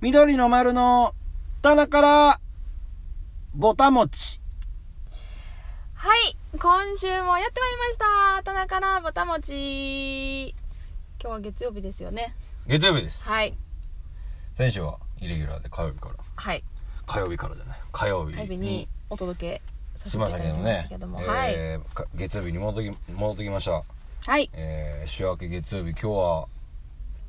緑の丸の棚から、ぼたもち。はい、今週もやってまいりました。棚からぼたもち。今日は月曜日ですよね。月曜日です。はい、先週はイレギュラーで火曜日から。はい、火曜日からじゃない。火曜日火曜日にに。お届けさせしていまたしだたきけどましねたけども、。はい、えーか月曜日に戻ってき戻ってきました。はい、えー、週明け月曜日、今日は、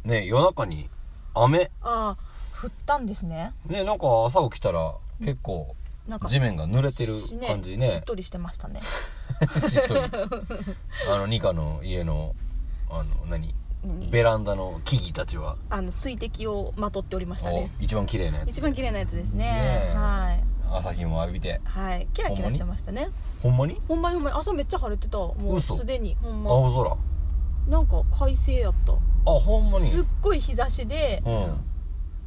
ね、夜中に雨。ああ、降ったんですね。ね、なんか朝起きたら結構なんか地面が濡れてる感じしねっ。とりしてましたね。しっとり。 あの、ニカの家の、あの、何何ベランダの木々たちは、あの水滴をまとっておりましたおね。一番綺麗なやつ一番綺麗なやつですね。ねえはい。朝日も浴びてはい、キラキラしてましたね。ほんまにほんまにほんまに朝めっちゃ晴れてた。もう嘘すでにほんま。青空あなんか快晴やった。ほんまにすうっごい日差しで、ん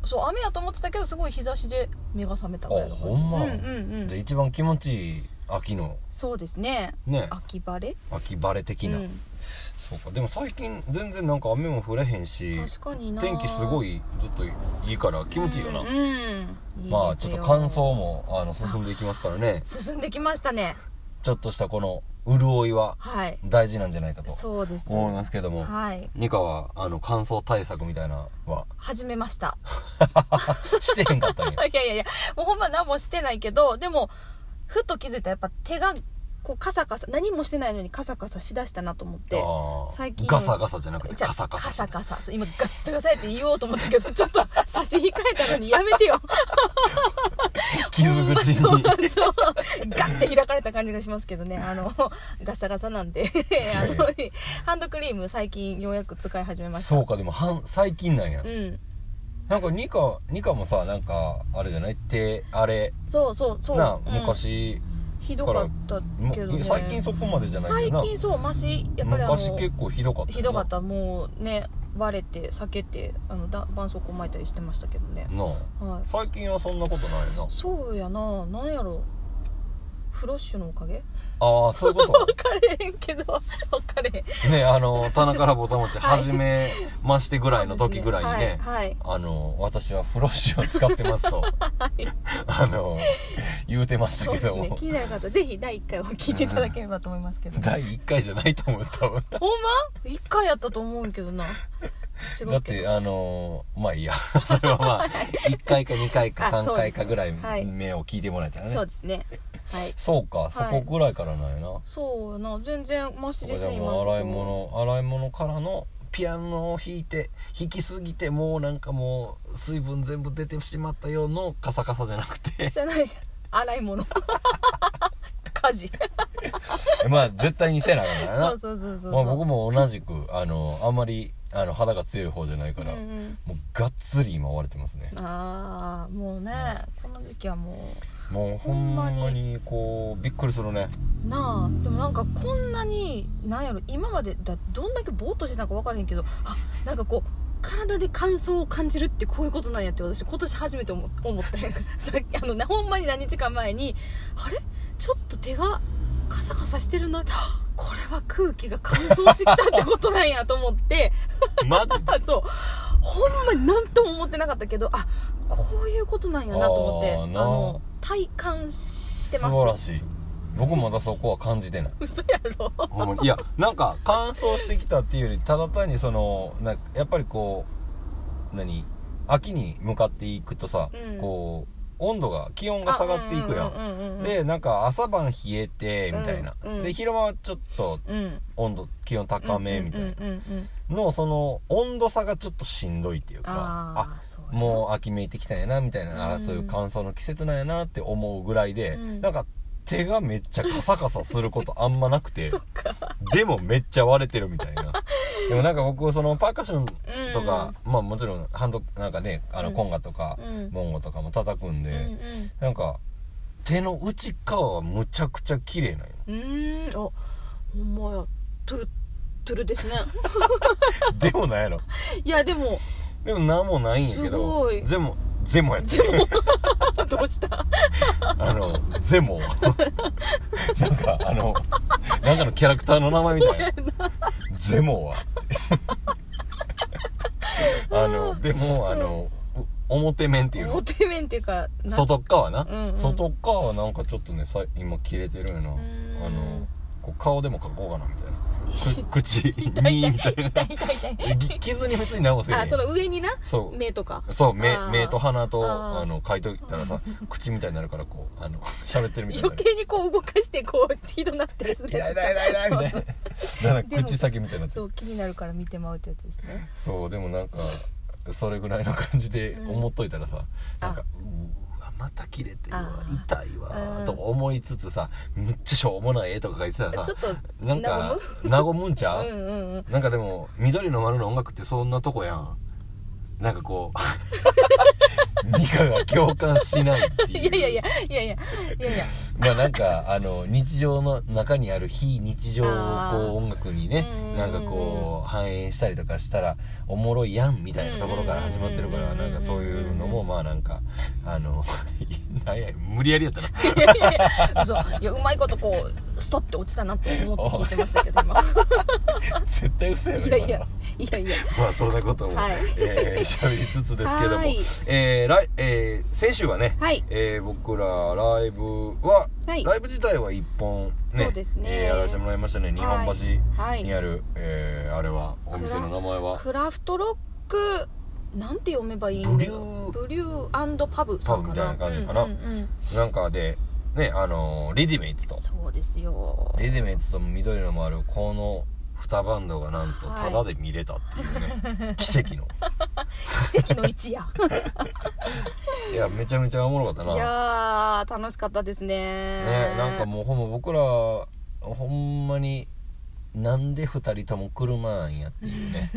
そう雨やと思ってたけどすごい日差しで目が覚めたぐらいの感じあほんまうんうんうんじゃあ一番気持ちいい秋のそうですねね秋晴れ秋晴れ的な、うん、そうかでも最近全然なんか雨も降れへんし確かにな天気すごいいずっといいから気持ちいいよな、うん、うんいいですよまあちょっと乾燥もあの進んでいきますからね進んできましたねちょっとしたこの潤いははい大事なんじゃないかとそうです思いますけどもはいニカはあの乾燥対策みたいなのは 始めました してへんかったんやいやいやいやもうほんま何もしてないけどでもふと気づいたらやっぱ手がこうカサカサ何もしてないのにカサカサしだしたなと思ってあー最近ガサガサじゃなくてじゃあカサカサカサカサそう今ガッサガサやって言おうと思ったけどちょっと差し控えたのにやめてよ傷口にほんまそうそう ガッて開かれた感じがしますけどねあのガサガサな んであのハンドクリーム最近ようやく使い始めまし たそうかでもはん最近なんや、うんなんかニカニカもさなんかあれじゃない手あれそうそうそうなうん昔、ひどかったもけどね最近そこまでじゃないけどな最近そうマシやっぱりあの昔結構ひどかったよなひどかったもうね割れて裂けてあのだ絆創膏巻いたりしてましたけどね、なあはい、最近はそんなことないなそうやななんやろフラッシュのおかげ ああそういうこ分かれへんけど分かれへんとねあの棚からぼたもちはい始めましてぐらいの時ぐらいにねはい、はいあの私はフロッシュを使ってますと あの言うてましたそうけですどねも、気になる方ぜひ第1回は聞いていただければと思いますけど、第1回じゃないと思う多分ほんま ?1 回やったと思うけどな違うけどだってあのーまあいいや それはまあ1回か2回かあ3回かそうですねぐらいはい目を聞いてもらえたらね、そうですねはいそうかそこぐらいからなんやな、そうやな全然マシそこじですゃね今もうのとこ洗い物洗い物からのピアノを弾いて弾きすぎてもうなんかもう水分全部出てしまったようのカサカサじゃなくてじゃない洗い物 家事 まあ絶対にせなあかんからなそうそうそうそうまあ、僕も同じくあのあんまりあの肌が強い方じゃないから、うんうんもうがっつり今追われてますねああもうねこの時期はももうほほんんままににこうびっくりするねうなあでもなんかこんなになんやろ今までだどんだけぼーっとしてたか分からへんけどあなんかこう体で乾燥を感じるってこういうことなんやって私今年初めて思思った さっきあのなほんまに何日か前にあれちょっと手がカサカサしてるな あこれは空気が乾燥してきたってことなんやと思って マジあそうほんま何とも思ってなかったけどあこういうことなんやなと思ってああーなあの体感してます素晴らしい僕もまだそこは感じてない 嘘やろほんまにいやなんか乾燥してきたっていうよりただ単にそのなんかやっぱりこう何秋に向かっていくとさ、うんこう温度が気温が下がっていくやん,、うんうんうんうん、でなんか朝晩冷えてみたいな、うんうんで昼間はちょっとうん温度気温高めみたいな、うんうんうんうんのその温度差がちょっとしんどいっていうかああそうやもう秋めいてきたんやなみたいな、あーうんそういう乾燥の季節なんやなって思うぐらいで、うんなんか手がめっちゃカサカサすることあんまなくて そっかでもめっちゃ割れてるみたい なでもなんか僕そのパーカッションとか、まあもちろんハンドなんかねあのうんコンガとか、うんボンゴとかも叩くんで、うんなんか手の内側はむちゃくちゃ綺麗なんようんうーんあほんまやトゥルットゥル ですねでもなんやろいやでもでもなんもないんやけどすごいゼモゼモやってでるもどうしたあの、ゼモ。なんか、あの、なんかのキャラクターの名前みたいな。ゼモは。あの、でも、あの、う表面っていうの表面っていうかな外っ側な、うんうん外っ側はなんかちょっとねさ今切れてるよなーんあのこう顔でも描こうかなみたいなく口にみた痛い痛いい痛い痛い痛 いなぎ傷に普通に直せるあその上になそう目とかそう目あー目と鼻とあーあの書いといたらさ口みたいになるからこうあの喋ってるみたいにな余る計にこう動かしてこうひどなったりする痛やいつじ痛いゃ痛い痛いみんたいそうななんそうか口先みたいになってそう気になるから見てまうってやつですねそうでもなんかそれぐらいの感じでうん思っといたらさ、あなんかうーわまた切れてるわあー痛いわ、うんと思いつつさむっちゃしょうもない絵とか描いてたらちさょっとなんか和むんちゃ和う、むうんうんうんなんかでも緑の丸の音楽ってそんなとこやんなんかこ うニカが共感しないっていいうやいやいやいやいやいやいやまあなんかあの日常の中にある非日常をこうあー音楽にねうんうんうんなんかこう反映したりとかしたらおもろいやんみたいなところから始まってるからうんうんなうんうんんかそういうのもまあなんかあの なんや無理やりやっ たなそういやうまいことこうストって落ちたなと思って聞いてましたけど今 絶対嘘やろい今のやはいやいやいやまあそんなことも、はいえー喋りつつですけどもはい、えー来えー先週はね、はいえー僕らライブは、はいライブ自体は1本、ねそうですねえーやらせてもらいましたね日本は橋いにある、えーあれはお店の名前はクラフトロックなんて読めばいいんだろうブブリューパブさんかなパブみたいな感じかなうんうんうんなんかで、ねあのーレディメイツとそうですよレディメイツと緑のもあるこの2バンドがなんとはタいダで見れたっていうね、 奇跡の奇跡の一 夜いやめちゃめちゃおもろかったないやー楽しかったですねねなんかもうほんま僕らほんまになんで2人とも車なんやっていう ね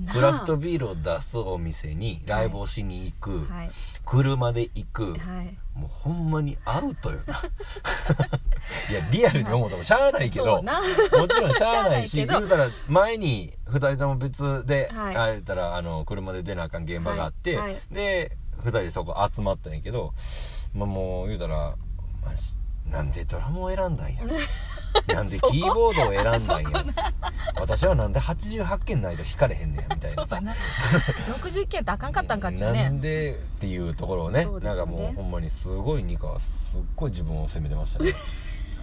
なあクラフトビールを出すお店にライブをしに行く、はい車で行く、はいもうほんまにアウトよな いやリアルに思うともしゃあないけそうど なもちろんしゃあないし しゃあない言うけたら前に2人とも別で、はいあ言うたらあの車で出なあかん現場があって、はいはいで2人そこ集まったんやけど、まあ、もう言うたら、まあしなんでドラムを選んだん やなんでそこキーボードを選んだんや私はなんで88件ないと弾かれへんねやみたいそなうさだ な60件ってあかんかったんかっていうなねんでっていうところをねそうですよねなんかもうほんまにすごいニカはすっごい自分を責めてま したね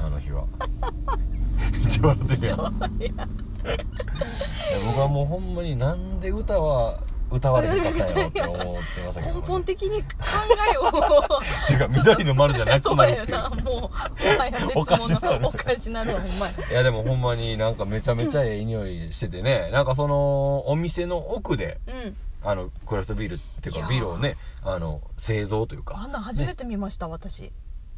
あの日は めっちゃ笑ってるやんいや僕はもうほんまになんで歌は歌われへんかったんやろって思ってましたけど、ね、根本っ的に考え をていうか緑の丸じゃなそくうなるやっていうなもうもはや別おかしな物るおかしなるわほんまやいやでもほんまになんかめちゃめちゃええ匂いしててねなんかそのお店の奥でうんあのクラフトビールっていういやかービールをねあの製造というあかんなん初めて見ました、私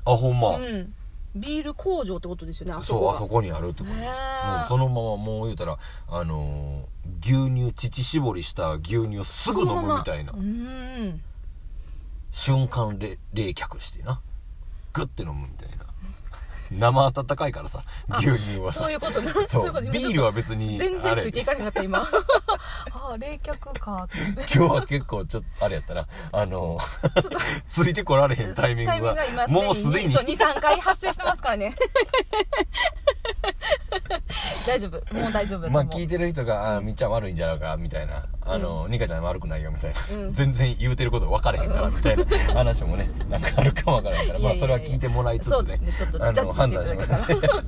あほんま、うんビール工場ってことですよねあそそこうがあそこにあるってことねえもうそのままもう言うたらあのー牛乳乳搾りした牛乳をすぐ飲そのまむまみたいな、うん瞬間れ冷却してなグッて飲むみたいな生温かいからさ牛乳はさそういうことなそうそういうこと今ビちょっとールは別に全あ然れついていかれなかった今 ああ冷却かと思って今日は結構ちょっとあれやったなあのー ついてこられへんタイミングが今もうすでにそう23回発生してますからね 大丈夫もう大丈夫だとま思うあ聞いてる人が「あーみっちゃん悪いんじゃないか」みたいな「あの、ニカちゃん悪くないよ」みたいな、うん全然言うてること分かれへんからみたいな 話もねなんかあるかも分からへんからいやいやいやまあそれは聞いてもらいつつそうでねすねちょっとジあャのッ判ジし断てしいまただすけた らはい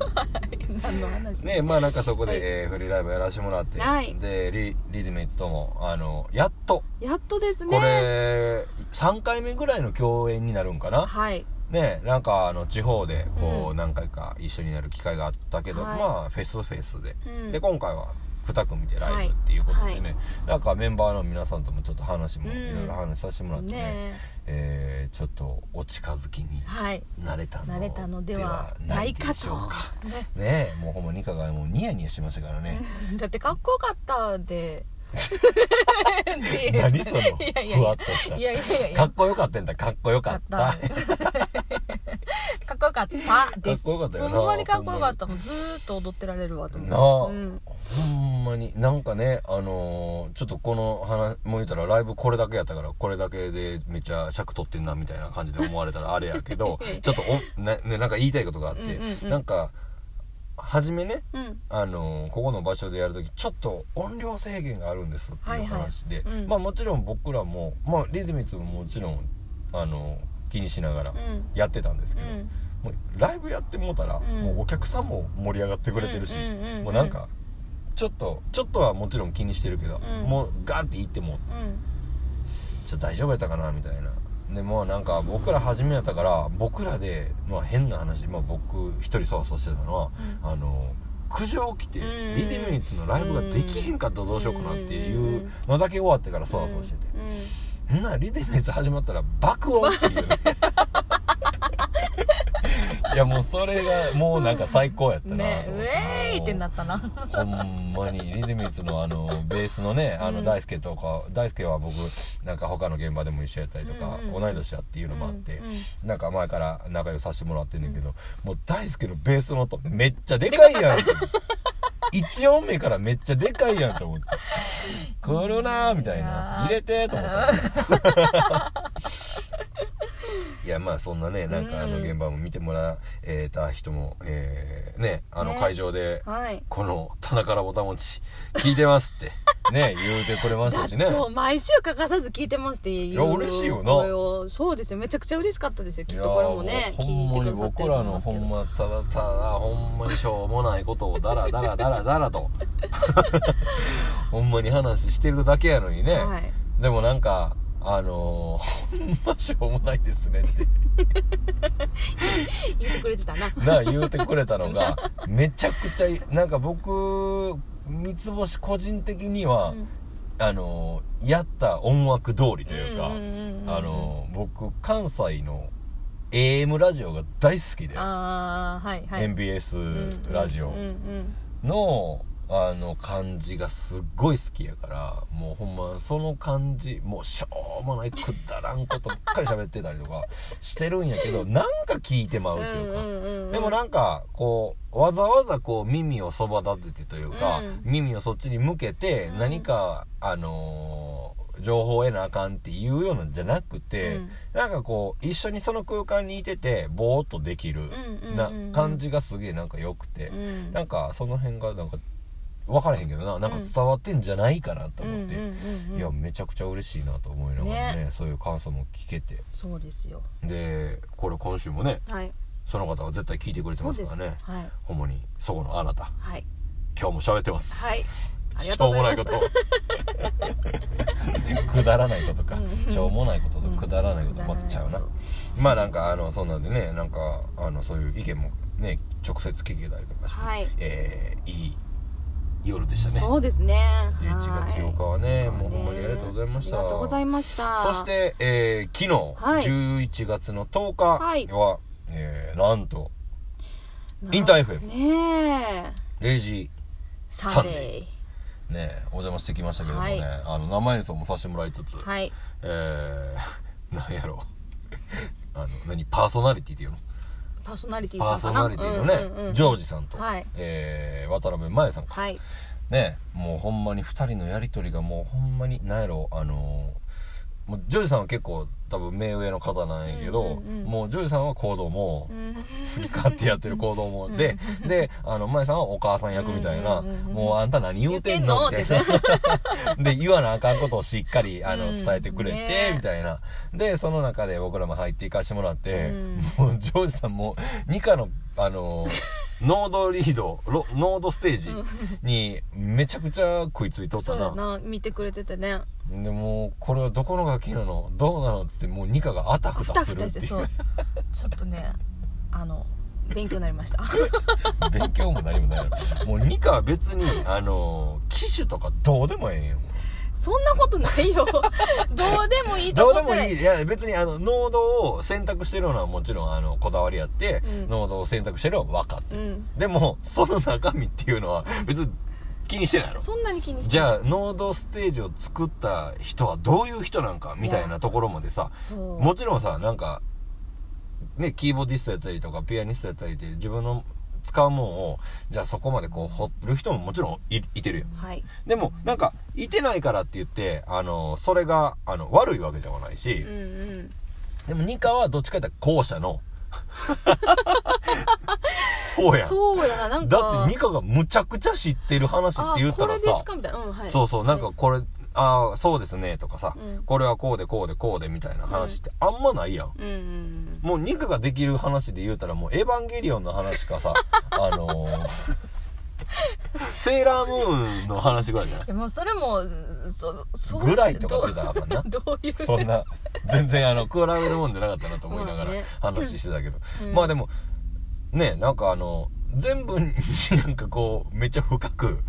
何の話ねまあなんかそこで、はいえーフリーライブやらせてもらって、はいでリリズメイツともあのやっとやっとですねこれ、3回目ぐらいの共演になるんかなはいねなんかあの地方でこううん何回か一緒になる機会があったけど、はいまあフェスフェスで、うんで今回は2組でライブっていうことでね、はいなんかメンバーの皆さんともちょっと話もうんいろいろ話させてもらってね,、ねえーちょっとお近づきにはいなれたの慣れたのではないではないかとでしょうかね ねもうほんまニカがもうニヤニヤしてましたからねだってかっこよかったで で何その いやいやいふわっとしたやいやいやいやかっこよかったんだかっこよかった かっかっこよかったですかっこよかったよなほんまにかっこよかったもうずーっと踊ってられるわとな思あう、うん、ほんまになんかねあのーちょっとこの話もう言ったらライブこれだけやったからこれだけでめっちゃ尺取ってんなみたいな感 じで思われたらあれやけどちょっとお、ねね、なんか言いたいことがあって、うんうんうんなんか初めねうんあのーここの場所でやるときちょっと音量制限があるんですってはいいうはい話で、うんまあもちろん僕らも、まあ、リズミッツももちろん、あのー気にしながらうんやってたんですけど、うんもうライブやってもうたら、んもうお客さんも盛り上がってくれてるし、うんうんうんうんもうなんかちょっとちょっとはもちろん気にしてるけど、うんもうガーって行ってもうんちょっと大丈夫やったかなみたいなでもうなんか僕ら初めやったから僕らで、まあ、変な話、まあ、僕一人そわそわしてたのは、あの苦情来て、うんリディミニッツのライブができへんかったらどうしようかなってうんいうんうんうのだけ終わってからそわそわしてて、うんうんんならリディミニッツ始まったら爆音っていう いやもうそれがもうなんか最高やったなと思っねて、ウェーイってなったなほんまにリズミッツのあのベースのねあうのん大輔とか、大輔は僕なんか他の現場でも一緒やったりとか、うんうん同い年やっていうのもあって、うんうなんか前から仲良くさせてもらってんねんけど、もう大輔のベースの音めっちゃでかいやん一音目からめっちゃでかいやんと 思って「来るな」みたいいいなな「入れて」と思った。 いやまあそんなねなんかあのうん現場も見てもらえた人も、えーねあのね会場ではいこの棚からボタン持ち聞いてますってね言うてくれま したしねそう毎週欠かさず聞いてますっていういや嬉しいよな声をそうですよめちゃくちゃ嬉しかったですよきっとこれもねいやー聞いほんまにてくださって僕るとらの思いますほけどんまただただほんまにしょうもないことをダラダラダラダラ とほんまに話してるだけやのにね、はいでもなんかあのー、ほんましょうもないですねって言ってくれてたなな言うてくれたの がめちゃくちゃなんか僕三つ星個人的には、うんあのやった音楽通りというか、うんうんうんうんあの僕関西の AM ラジオが大好きで、ああはいはい MBS ラジオうんうんうんの、あの感じがすっごい好きやからもうほんまその感じもうしょうもないくだらんことばっかり喋ってたりとかしてるんやけどなんか聞いてまうというか。うんでもんなんかこうわざわざこう耳をそば立ててというか、うん耳をそっちに向けてうん何か、あのー情報を得なあかんっていうようなんじゃなくて、うんなんかこう一緒にその空間にいててぼーっとできる、うんうんなうん感じがすげえなんか良くて、うんなんかその辺がなんか分からへんけどななんか伝わってんじゃないかなと思って、うんうんうんうんいやめちゃくちゃ嬉しいなと思いながらねそういう感想も聞けてそうですよでこれ今週もねはいその方は絶対聞いてくれてそまうすでかすらねはいほんまにそこのあなたはい今日も喋ってますはいありがしとょううごもざないいこますと くだらないことかうんしょうもないこととくだらないことうんまたちゃうなくだらないこまあなんかあのそんなんでねなんかあのそういう意見もね直接聞けたりとかして、はいえーいい夜でしたねそうですね11月8日はねもうほんまにありがとうございましたありがとうございましたそして、えー昨日、はい11月の10日はいは、えーなんとなインター FM ねえ0時サンサンデデねお邪魔してきましたけどもね、はいあの生演奏もさせてもらいつつ、ーはいえー、 なんやろうあの何パーソナリティっていうのパーソナリティパさーんかソナなリティのね、うんうんうんジョージさんと、はいえー渡辺麻衣さんかはいねもうほんまに2人のやり取りがもうほんまになんやろあのーもうジョージさんは結構多分目上の方なんやけど、うんうんうんもうジョージさんは行動もうん好き勝手やってる行動もでであの麻衣さんはお母さん役みたいな、うんうんうんうんもうあんた何言うてんのみた言ういてんな で言わなあかんことをしっかりあのうん伝えてくれて、ねみたいなでその中で僕らも入っていかしてもらって、うんもうジョージさんも2課のあ のノードリードロノードステージにめちゃくちゃ食いついとっそたうやなな見てくれててねでもうこれはどこの楽器なのどうなのっつってもう2課があたふふたたすふるたっしてていそううちょっとねあの勉強になりました 勉強も何もないのもうニカは別にあのー機種とかどうでもええんよそんなことな いよどうでもいいとどう思でってもいいいいや別にあの濃度を選択してるのはもちろんあのこだわりあって、うん濃度を選択してるのは分かってうる、んでもその中身っていうのは別に気にしてないのそんなに気にしてじないゃあ濃度ステージを作った人はどういう人なんかみたいなところまでさそうもちろんさなんかねキーボーディストやったりとかピアニストやったりって自分の使うもんをじゃあそこまでこう掘る人ももちろんいいてるよはいでもなんかいてないからって言ってあのそれがあの悪いわけではないし、うんうん でもニカはどっちかというと後者のそうやんそうやななんかだってミカがむちゃくちゃ知ってる話って言ったらあこれでさすかみたいなうんはいそうそうなんかこれああそうですねとかさ、うんこれはこうでこうでこうでみたいな話ってあんまないやん、うんうんうんもうニカができる話で言うたらもう「エヴァンゲリオン」の話か さあのーセーラームーンの話ぐらいじゃないいやもうそれもそそうぐらいとか言ってたらあかんなどう どういうそんな全然あの比べるもんじゃなかったなと思いながまあらね話してたけど、うんまあでもねなんかあの全部になんかこうめっちゃ深く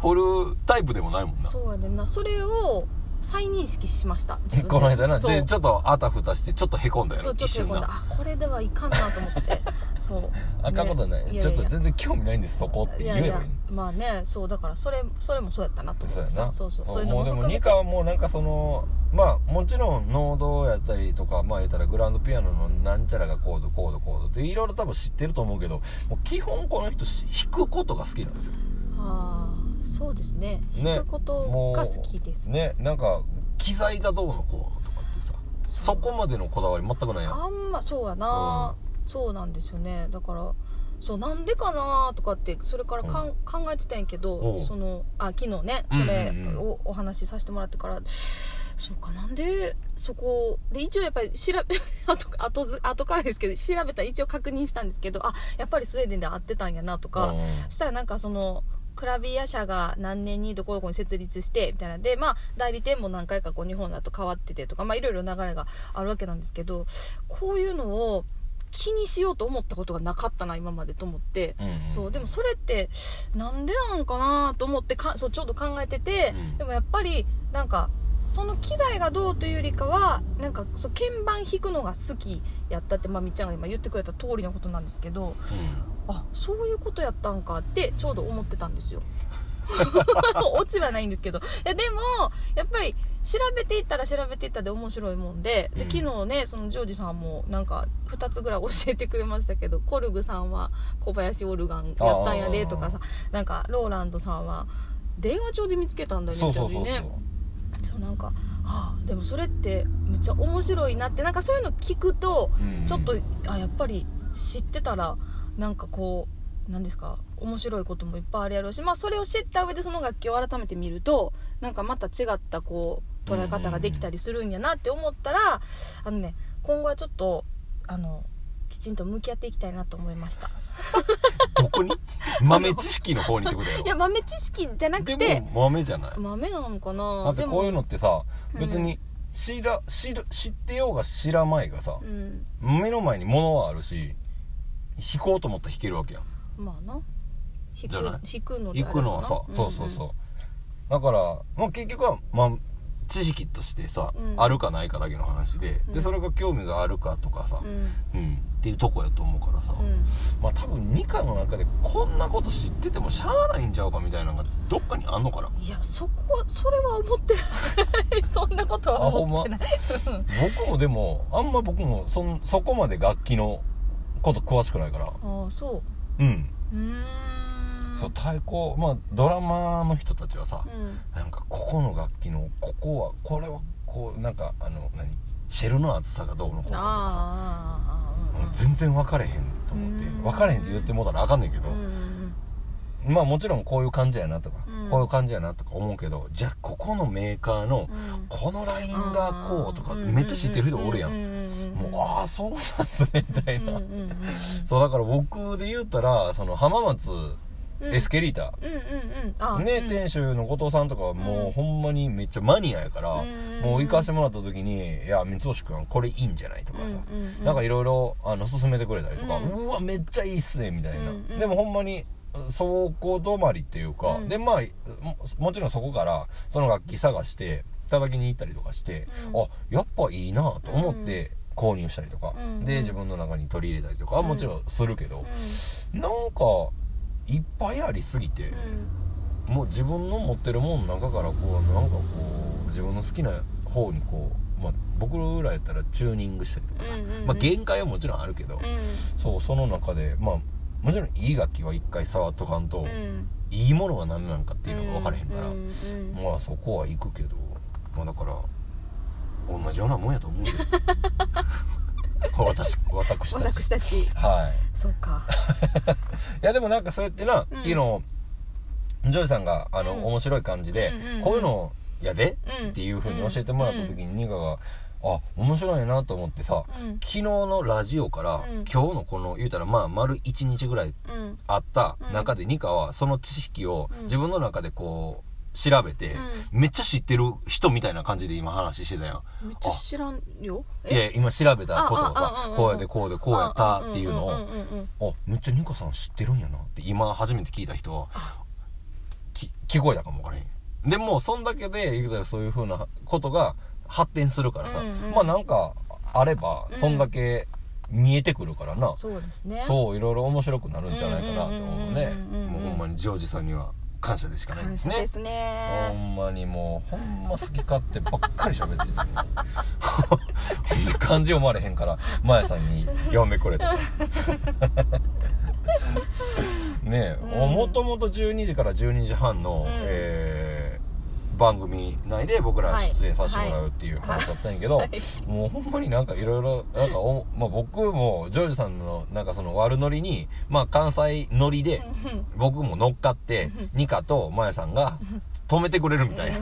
掘るタイプでもないもんなそうやねんなそれを再認識しました自分でこの間なそうでちょっとあたふたしてちょっとへこんだよそなうちょ一っと瞬今度なあこれではいかんなと思って そうあかんことない、ねちょっとや全然興味ないんですそこってい言やえばいいいやまあねそうだからそれそれもそうやったなと思そうっやてさなそうそうそういうのもうでも含めニてカはもうなんかそのまあもちろん能動やったりとかまあ言ったらグランドピアノのなんちゃらがコードコードコードっていろいろ多分知ってると思うけどもう基本この人し弾くことが好きなんですよああそうですねね弾くこともうが好きです、ねなんか機材がどうのこうのとかってさそそうこまでのこだわり全くないやんあんまそうやな、そうなんですよねだからそうなんでかなとかってそれからかん、考えてたんやけおどうそのあ昨日ねうんそうんれうんをお話しさせてもらってから、そうかなんでそこで一応やっぱり調べ 後後ず後からですけど調べたら一応確認したんですけどあやっぱりスウェーデンで会ってたんやなとか、うんしたらなんかそのクラビア社が何年にどこどこに設立してみたいなでまあ代理店も何回かこう日本だと変わっててとかまあいろいろ流れがあるわけなんですけどこういうのを気にしようと思ったことがなかったな今までと思って。うんそうでもそれってなんでなんかなと思ってかそうちょうど考えてて、うんでもやっぱりなんかその機材がどうというよりかはなんかそう鍵盤弾くのが好きやったってまあみっちゃんが今言ってくれた通りのことなんですけど、あそういうことやったんかってちょうど思ってたんです よオチはないんですけどいやでもやっぱり調べていったら調べていったで面白いもんででうん昨日ねそのジョージさんもなんか2つぐらい教えてくれましたけどコルグさんは小林オルガンやったんやでとかさなんかローランドさんは電話帳で見つけたんだよねそうみたそいうそうにそうねそうなんか、はあ、でもそれってめっちゃ面白いなってなんかそういうの聞くとうんちょっとあやっぱり知ってたらなんかこうなんですか面白いこともいっぱいあるやろうし、まあ、それを知った上でその楽器を改めて見るとなんかまた違ったこう捉え方ができたりするんやなって思ったらあのね今後はちょっとあのきちんと向き合っていきたいなと思いましたど こに豆知識の方にってことやろいや豆知識じゃなくでても豆じゃない豆なのかだなってでこういうものってさうん別に知ら知る知ってようが知らまいがさうん目の前に物はあるし弾こうと思ったら弾けるわけやんまあな弾じゃないく弾くので行あればくのはさなそうそうそうだからもう結局はまあ知識としてさうんあるかないかだけの話でうでんそれが興味があるかとかさうんうんうんっていうとこやと思うからさうんうんまあ多分2課の中でこんなこと知っててもしゃあないんちゃうかみたいなのがどっかにあんのかないやそこそれは思ってない そんなことは思ってない、僕もでもあんま僕もそんそこまで楽器のこと詳しくないからああそうん、ううーんそう太鼓まあドラマーの人たちはさ、うんなんかここの楽器のここはこれはこうなんかあの何シェルの厚さがどうのこうのとあかあさああもう全然分かれへんと思ってうん分かれへんって言ってもうたらあかんねんけどうん、うんまあもちろんこういう感じやなとか、うんこういう感じやなとか思うけどじゃあここのメーカーのうんうんこのラインがこうとかああめっちゃ知ってる人おるやんううんもうああそうなんすねみたいうんうんなうんうんうんそうだから僕で言うたらその浜松うんエスケリータ、うんうんうんあね、うん店主の後藤さんとかはもううんほんまにめっちゃマニアやから、うんもう行かしてもらった時に「いや三越君これいいんじゃない?」とかさ、うんうんうんなんかいろいろあの勧めてくれたりとか「ううんわめっちゃいいっすね」みたいな、うんうんでもほんまにそこ止まりっていうか、うんでまあももちろんそこからその楽器探して叩きに行ったりとかして、うんあやっぱいいなと思って購入したりとか、うんで自分の中に取り入れたりとかはもちろんするけど、うなんかいっぱいありすぎて。んもう自分の持ってるもんの中からこうなんかこう自分の好きな方にこう、まあ、僕らやったらチューニングしたりとかさ、うんうんうんまあ、限界はもちろんあるけど、うんそうその中でまあもちろんいい楽器は一回触っとかんと、うんいいものが何なのかっていうのが分からへんから、うんうんまあそこは行くけ どまあだから同じようなもんやと思うよ私私たち私たちはいそうかいやでもなんかそうやってな、う昨ん日ジョイさんがあの、うん面白い感じで、うんうんうんこういうのやで、うん っていう風に教えてもらった時に、ニカがあ面白いなと思ってさ、うん昨日のラジオから、うん今日のこの言うたらまあ丸1日ぐらいうんあった中で、ニカはその知識をうん自分の中でこう調べて、めっちゃ知ってる人みたいな感じで今話してたよ。めっちゃ知らんよいや今調べたことをあああああさあこうやでこうでこうやったっていうのをんんうんうんあめっちゃニカさん知ってるんやなって今初めて聞いた人はき聞こえたかもわからへんでもうそんだけで言うたらそういうふうなことが発展するからさ、うんうんまあなんかあればうんそんだけ見えてくるからな、そうですねそういろいろ面白くなるんじゃないかなと思うねうんうんうんうんうんもうほんまにジョージさんには感謝でしかないで感す謝ねですほねんまにもうほんま好き勝手ばっかり喋ってて、ね、ほん で漢字読まれへんからまやさんに読んでくれとか ねえ、うんもともと12時から12時半の、うんえー番組内で僕ら出演させてもらうっていう話だったんやけど、はいはいもうほんまになんかいろいろなんかお、まあ、僕もジョージさんのなんかその悪ノリに、まあ、関西ノリで、うん僕も乗っかってニカとマヤさんが止めてくれるみたいな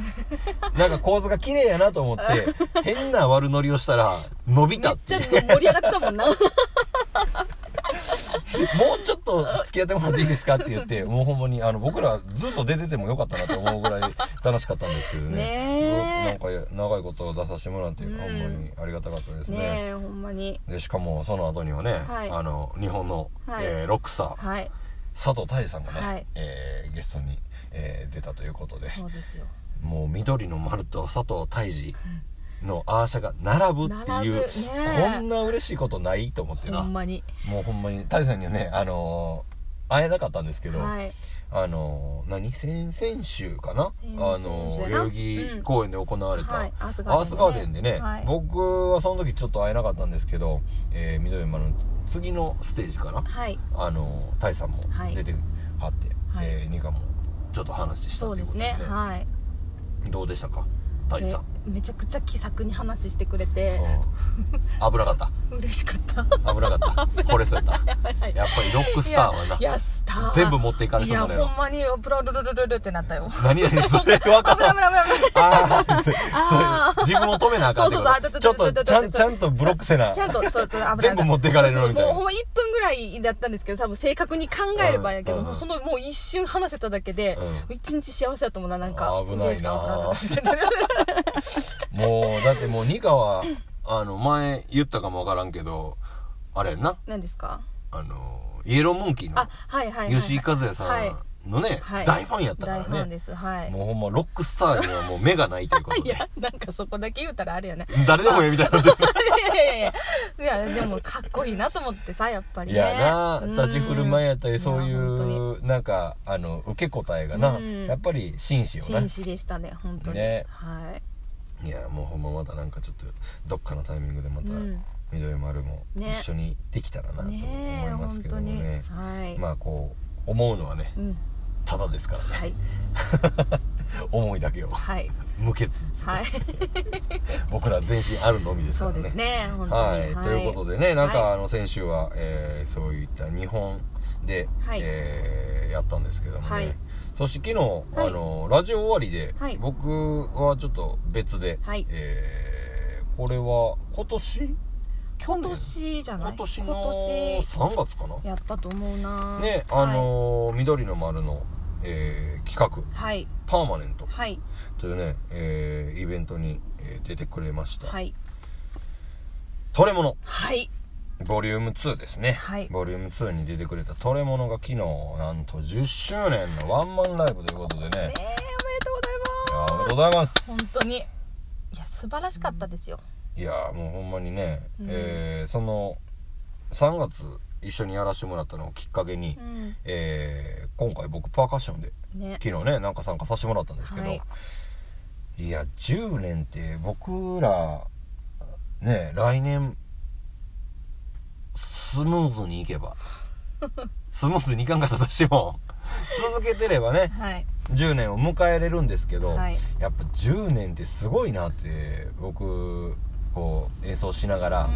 なんか構図が綺麗やなと思って変な悪乗りをしたら伸びめたっってちてゃいう盛り上がってたもんなもうちょっと付き合ってもらっていいですかって言ってもうほんまにあの僕らずっと出ててもよかったなと思うぐらい楽しかったんですけどねねなんか長いこと出させてもらってほうんんまにありがたかったですねねえほんまにでしかもその後にはね、はいあの日本の、はいえーロックスターはい佐藤大さんがね、はいえーゲストに、えー出たということでそうですよもう緑の丸と佐藤泰治のアーシャが並ぶっていう、並ぶねえこんな嬉しいことないと思ってほな、んまにもうほんまに泰治さんにはね、あのー会えなかったんですけど、はいあのー何先々週かな先々あの週ーやな代々木公園で行われた、はいアースアースガーデンでね、はい僕はその時ちょっと会えなかったんですけど、えー緑の丸の次のステージかなはいあのー、タイさんもはい出てはって、はいえーニカもちょっと話したそっうていでうこすとで,、ねはいどうでしたかタイでさんめちゃくちゃ気さくに話してくれてうん危なかった嬉しかった危なか った惚れそうやったやばいやっぱりロックスターはいなやスター全部持っていかれいそうやだねほんまにブラルルルルルって なったよ何々それ分か危ならいん危ない危ない危ないあああ自分を止めなあかんってこそうそうそとうちょっとちゃんちゃんとブロックせなちゃんとそうそう危ない全部持っていかれるそうそうみたいなもうほんま1分ぐらいだったんですけど多分正確に考えればやけうんうどんもうそのもう一瞬話せただけでうん一日幸せだと思うななんか危ないな嬉しかったもうだってもうニカはあの前言ったかも分からんけどあれやんな 何ですかあのイエローモンキーあのはいはいはいはい吉井和也はいさんのねはい大ファンやったから大ファンねですはいもうほんまロックスターにはもう目がない ということ いでやなんかそこだけ言うたらあれやね誰でもええみたいになってる いやいやいやいやでもかっこいいなと思ってさやっぱりいねやうんな立ち振る舞いやったりそういや本当にうなんかあの受け答えがなうんやっぱり紳士よな紳士でしたね本当にねはいやもうほんままたなんかちょっとどっかのタイミングでまたうん緑丸もね一緒にできたらなと思いいねえます本けど当もにねはいまあこう思うのはねうんただですからねはい思いだけをはい無欠はい僕ら全身あるのみですからそうねですね本当はにい、ということでねなんはかいあの先週は、えーそういった日本で、はいえーやったんですけどもね、はいそして昨日、はいあのラジオ終わりで、はい僕はちょっと別で、はいえーこれは今年今年じゃない今年の今年3月かなやったと思うなねあのー緑の丸の、えー企画はい「パーマネントはい」というね、えーイベントに、えー出てくれました、はいトレモノはいボリューム2ですね、はいボリューム2に出てくれた「トレモノ」が昨日なんと10周年のワンマンライブということでねねえおめでとういやございますーおめでとうございます本当にいや素晴らしかったですよいやーもうほんまにね、うんえーその3月一緒にやらせてもらったのをきっかけに、うんえー今回僕パーカッションでね昨日ねなんか参加させてもらったんですけど、はいい、や10年って僕らね来年スムーズにいけ ばスムーズにいかんかったとしても続けてればねはい10年を迎えれるんですけど、はいやっぱ10年ってすごいなって僕こう演奏しながら、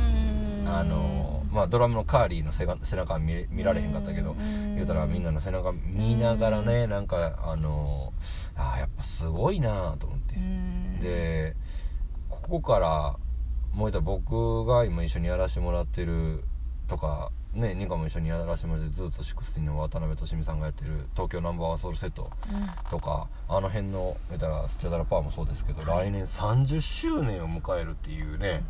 あのまあ、ドラムのカーリーの背が背中は見れ見られへんかったけど、言うたらみんなの背中見ながらね、なんかあのあーやっぱすごいなと思って、でここからもう言ったら僕が今一緒にやらせてもらってるとかねニカも一緒にやらせてもらってるずっと16の渡辺俊美さんがやってる東京ナンバーワンソウルセットとかあの辺の言うたらスチャダラパーもそうですけど、来年30周年を迎えるっていうね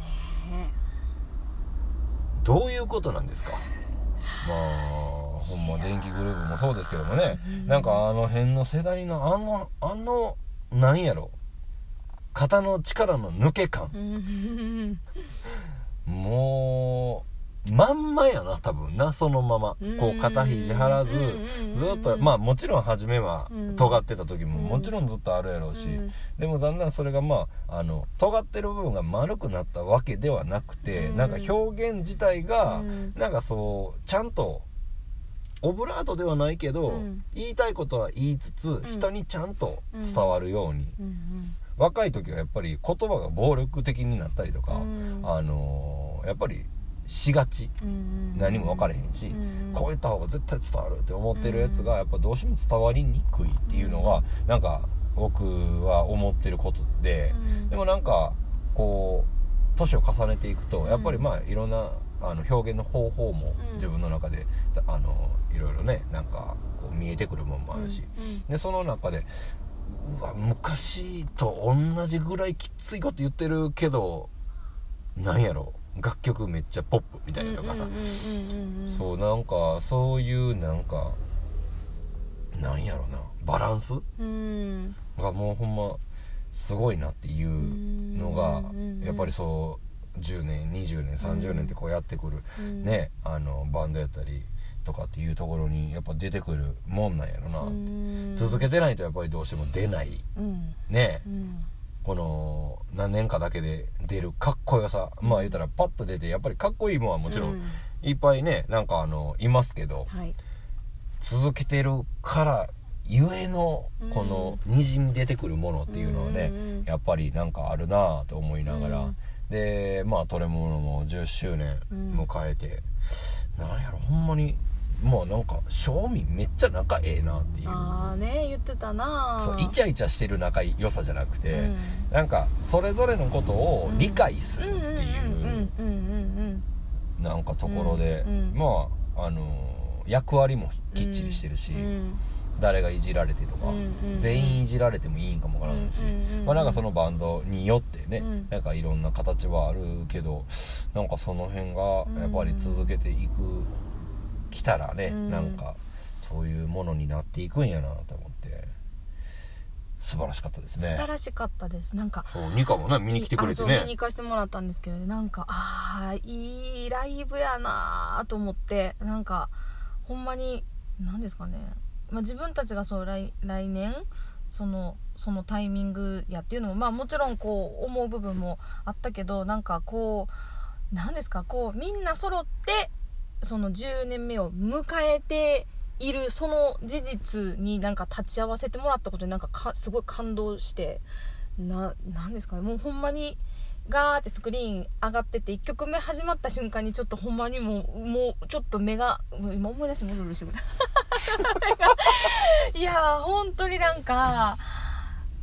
どういうことなんですかまあほんま電気グループもそうですけどもねうんなんかあの辺の世代のあのあのなんやろ肩の力の抜け感もうまんまやな多分なそのままこう肩肘張らずずっとまあもちろん初めはうん尖ってた時もうんもちろんずっとあるやろあうしでもだんだんそれがまああの尖ってる部分が丸くなったわけではなくてうんなんか表現自体うがんなんかそうちゃんとオブラートではないけうどん言いたいことは言いつつん人にちゃんと伝わるようにあ若い時はやっぱり言葉が暴力的になったりとか。あのーやっぱりしがち何も分からへんし、こう言った方が絶対伝わるって思ってるやつがやっぱどうしても伝わりにくいっていうのがなんか僕は思ってることで、でもなんかこう年を重ねていくとやっぱりまあいろんなあの表現の方法もうん自分の中で、あのいろいろねなんかこう見えてくるもんもあるし、でその中でうわ昔と同じぐらいきついこと言ってるけどなんやろ楽曲めっちゃポップみたいなとかさ、そうなんかそういうなんかなんやろなバランスうんがもうほんますごいなっていうのがうんやっぱりそう10年20年30年ってこうやってくるうんねあのバンドやったりとかっていうところにやっぱ出てくるもんなんやろなって続けてないとやっぱりどうしても出ないうんねうんこの何年かだけで出るかっこよさまあ言ったらパッと出てやっぱりかっこいいもんはもちろうんんいっぱいねなんかあのいますけどはい続けてるからゆえのうんこのにじみ出てくるものっていうのはねうんやっぱりなんかあるなぁと思いながうらんでまあ「トレモノ」も10周年うん迎えてなんやろほんまにもうなんか賞味めっちゃ仲ええなっていうああね言ってたなそうイチャイチャしてる仲良さじゃなくて、うんなんかそれぞれのことを理解するっていううんうんうんなんかところで、うんうんまああのー役割もきっちりしてるし、うんうん誰がいじられてとか、うんうんうん全員いじられてもいいんかもわからんし、うんうんうんまあ、なんかそのバンドによってね、うんなんかいろんな形はあるけどなんかその辺がやっぱり続けていく、きたらね、うんなんかそういうものになっていくんやなと思って素晴らしかったです素ね。晴らしかったですなんかそうニカもね見に来てくれてあそう見にね行かせてもらったんですけどねなんかああいいライブやなーと思ってなんかほんまに何ですかね、まあ、自分たちがそう来来年そのそのタイミングやっていうのも、まあ、もちろんこう思う部分もあったけどなんかこう何ですかこうみんな揃ってその10年目を迎えているその事実になんか立ち会わせてもらったことになんかかすごい感動してななんですかねもうほんまにガーってスクリーン上がってて1曲目始まった瞬間にちょっとほんまにもうもうちょっと目がもう今思い出してもルルしてくる いやー本当になんか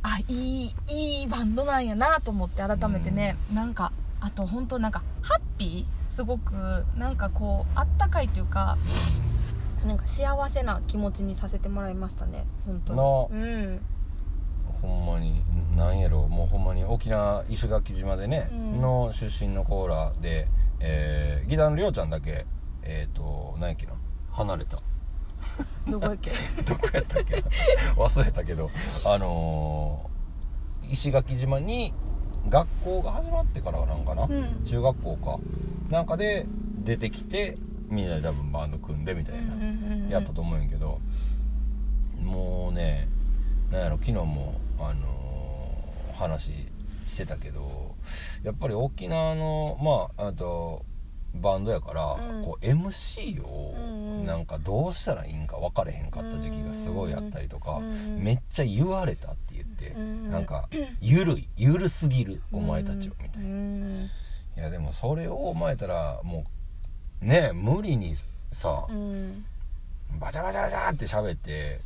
あいいいいバンドなんやなと思って改めてね、なんかあと本当なんかハッピーすごくなんかこうあったかいというかなんか幸せな気持ちにさせてもらいましたね本当にうんほんまになんやろもうほんまに沖縄石垣島でね、うんの出身のコーラで、えー、ギターのりょうちゃんだけえっ、ー、と何やっけな離れたどこやっけどこやったっけな忘れたけどあのー石垣島に学校が始まってからなんかな、 うん中学校かなんかで出てきてみんなで多分バンド組んでみたいな、やったと思うんやけど、もうねなんやろ昨日もあのー話してたけどやっぱり沖縄のまああとバンドやから、うんこう MC をうんうんなんかどうしたらいいんか分かれへんかった時期がすごいあったりとか、うんうんめっちゃ言われたって言って、うんうんなんか「ゆるいゆるすぎるお前たちは」みたいな。うんいやでもそれを思えたらもうね無理にさ、うんバチャバチャバチャって喋って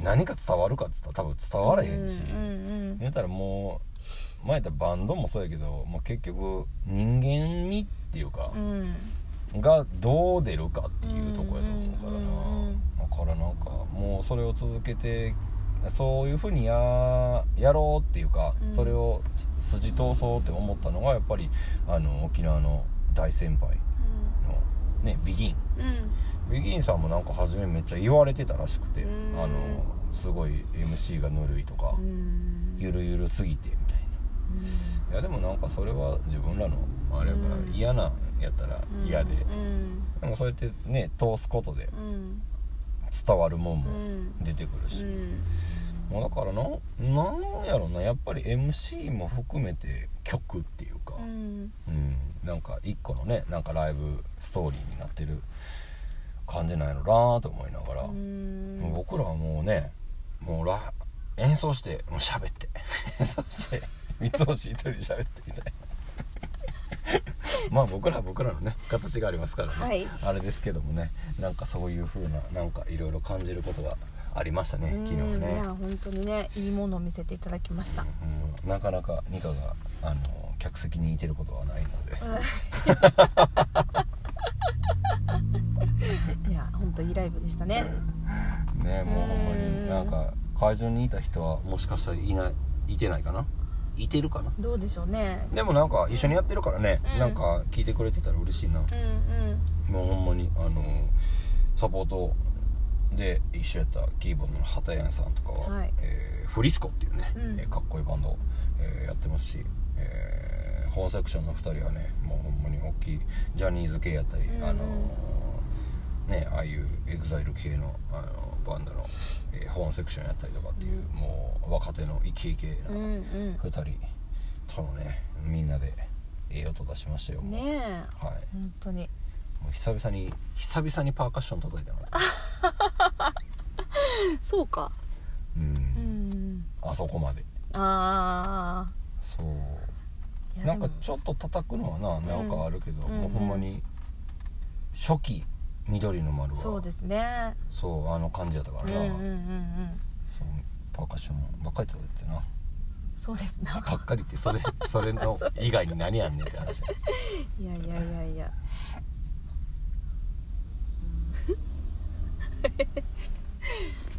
何か伝わるかっつったら多分伝わらへんし、うんうん言うたらもう前言ったらバンドもそうやけどもう結局人間味っていうかう、んがどう出るかっていうとこやと思うからな、うんうんだからなんかもうそれを続けてそういうふうにややろうっていうか、うんそれを筋通そうって思ったのがやっぱりあの沖縄の大先輩のねビギンうんうんビギンさんもなんか初めめっちゃ言われてたらしくて、うんあのすごい MC がぬるいとか、うんゆるゆるすぎてみたいないやでもなんかそれは自分らのあれやからうん嫌なんやったらうん嫌で、うんでもそうやってね通すことでうん伝わるもんうもん出てくるし、うんもうだからなんなんやろなやっぱり MC も含めて曲っていうか、うんうん、なんか一個のねなんかライブストーリーになってる感じなんやろなと思いながら、うん僕らはもうねもうラ演奏してもう喋って 演奏して三つ星一人で喋ってみたいな まあ僕らは僕らのね形がありますからね、はいあれですけどもねなんかそういう風ななんかいろいろ感じることがありましたね昨日うんいねや、本当にねいいものを見せていただきましたうん、なかなかニカがあの客席にいてることはないので、いや本当いいライブでしたねねもうほんまうんになんか会場にいた人はもしかしたらいないいてないかないてるかなどうでしょうねでもなんか一緒にやってるからね、うんなんか聞いてくれてたら嬉しいな、うんうんもうほんまにあのサポートで一緒やったキーボードの畑谷さんとかは、はいえーフリスコっていうね、うんえーかっこいいバンド、えーやってますし、えー本セクションの2人はねもうほんまに大きいジャニーズ系やったり、うんあのーねああいうエグザイル系のあのバンドの、えー本セクションやったりとかっていう、うんもう若手のイケイケなうんうん2人ともねみんなでええ音出しましたよ、ねえはい本当にもう久々に久々にパーカッション叩いたなそうかううんんあそこまであそうあいやなでんもかちょっと叩くのはななんかあるけど、うんもうほんまに初期緑の丸はそうですねそうあの感じやったかうんらうんな、うんうんそうパーカッションばっかり叩いて なそうです なばっかりってそれそれ の以外に何やんねんって話いやいやいやいやね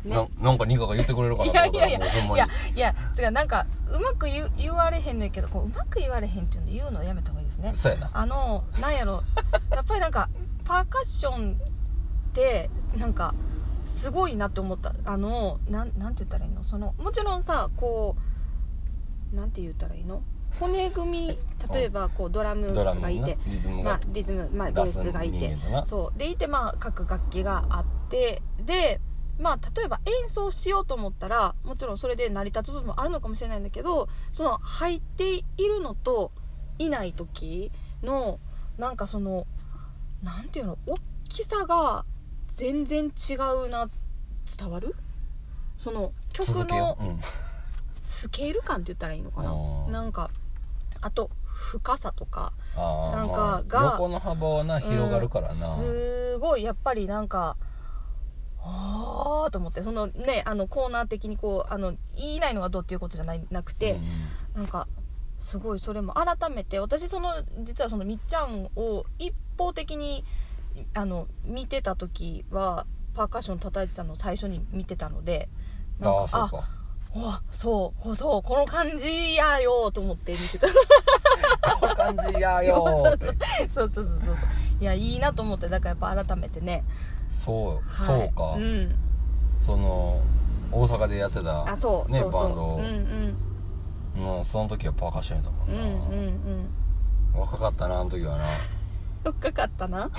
ななんかニカが言ってくれるかいなやとい思っやたいらやもうほんまいやにいや違うなんかうまく言う言われへんねんけどこううまく言われへんっていうの言うのやめた方がいいですねそうやなあのなん やろやっぱりなんかパーカッションってなんかすごいなって思ったあのなんなんて言ったらいいのそのもちろんさこうなんて言ったらいいの骨組み例えばこうドラムドラムがのいなてリズムまがあ、リズム、まあ、ベ出ーすスがいて人間だなそうでいて、まあ、各楽器があってで、まあ、例えば演奏しようと思ったらもちろんそれで成り立つ部分もあるのかもしれないんだけどその入っているのといない時のなんかそのなんていうの大きさが全然違うな伝わるその曲続けよのう、うん、スケール感って言ったらいいのかなあーなんかあと深さとかあーなんかまあが横の幅はな広がるからな、うんすごいやっぱりなんかああと思ってそのねあのコーナー的にこうあの言いないのがどうっていうことじゃないなくて、なんかすごいそれも改めて私その実はそのみっちゃんを一方的にあの見てた時はパーカッション叩いてたのを最初に見てたのでうん、あなあんそうかうわそうこうそうこの感じやよと思って見てたこの感じやよーって そうそうそうそうそういやいいなと思ってだからやっぱ改めてね、そう、はい、そうか、うんその大阪でやってたあそう、ねそうそうバンドうんうんのその時はパーカッションやったもうんんうな、ん若かったなあの時はなうん深かっ たな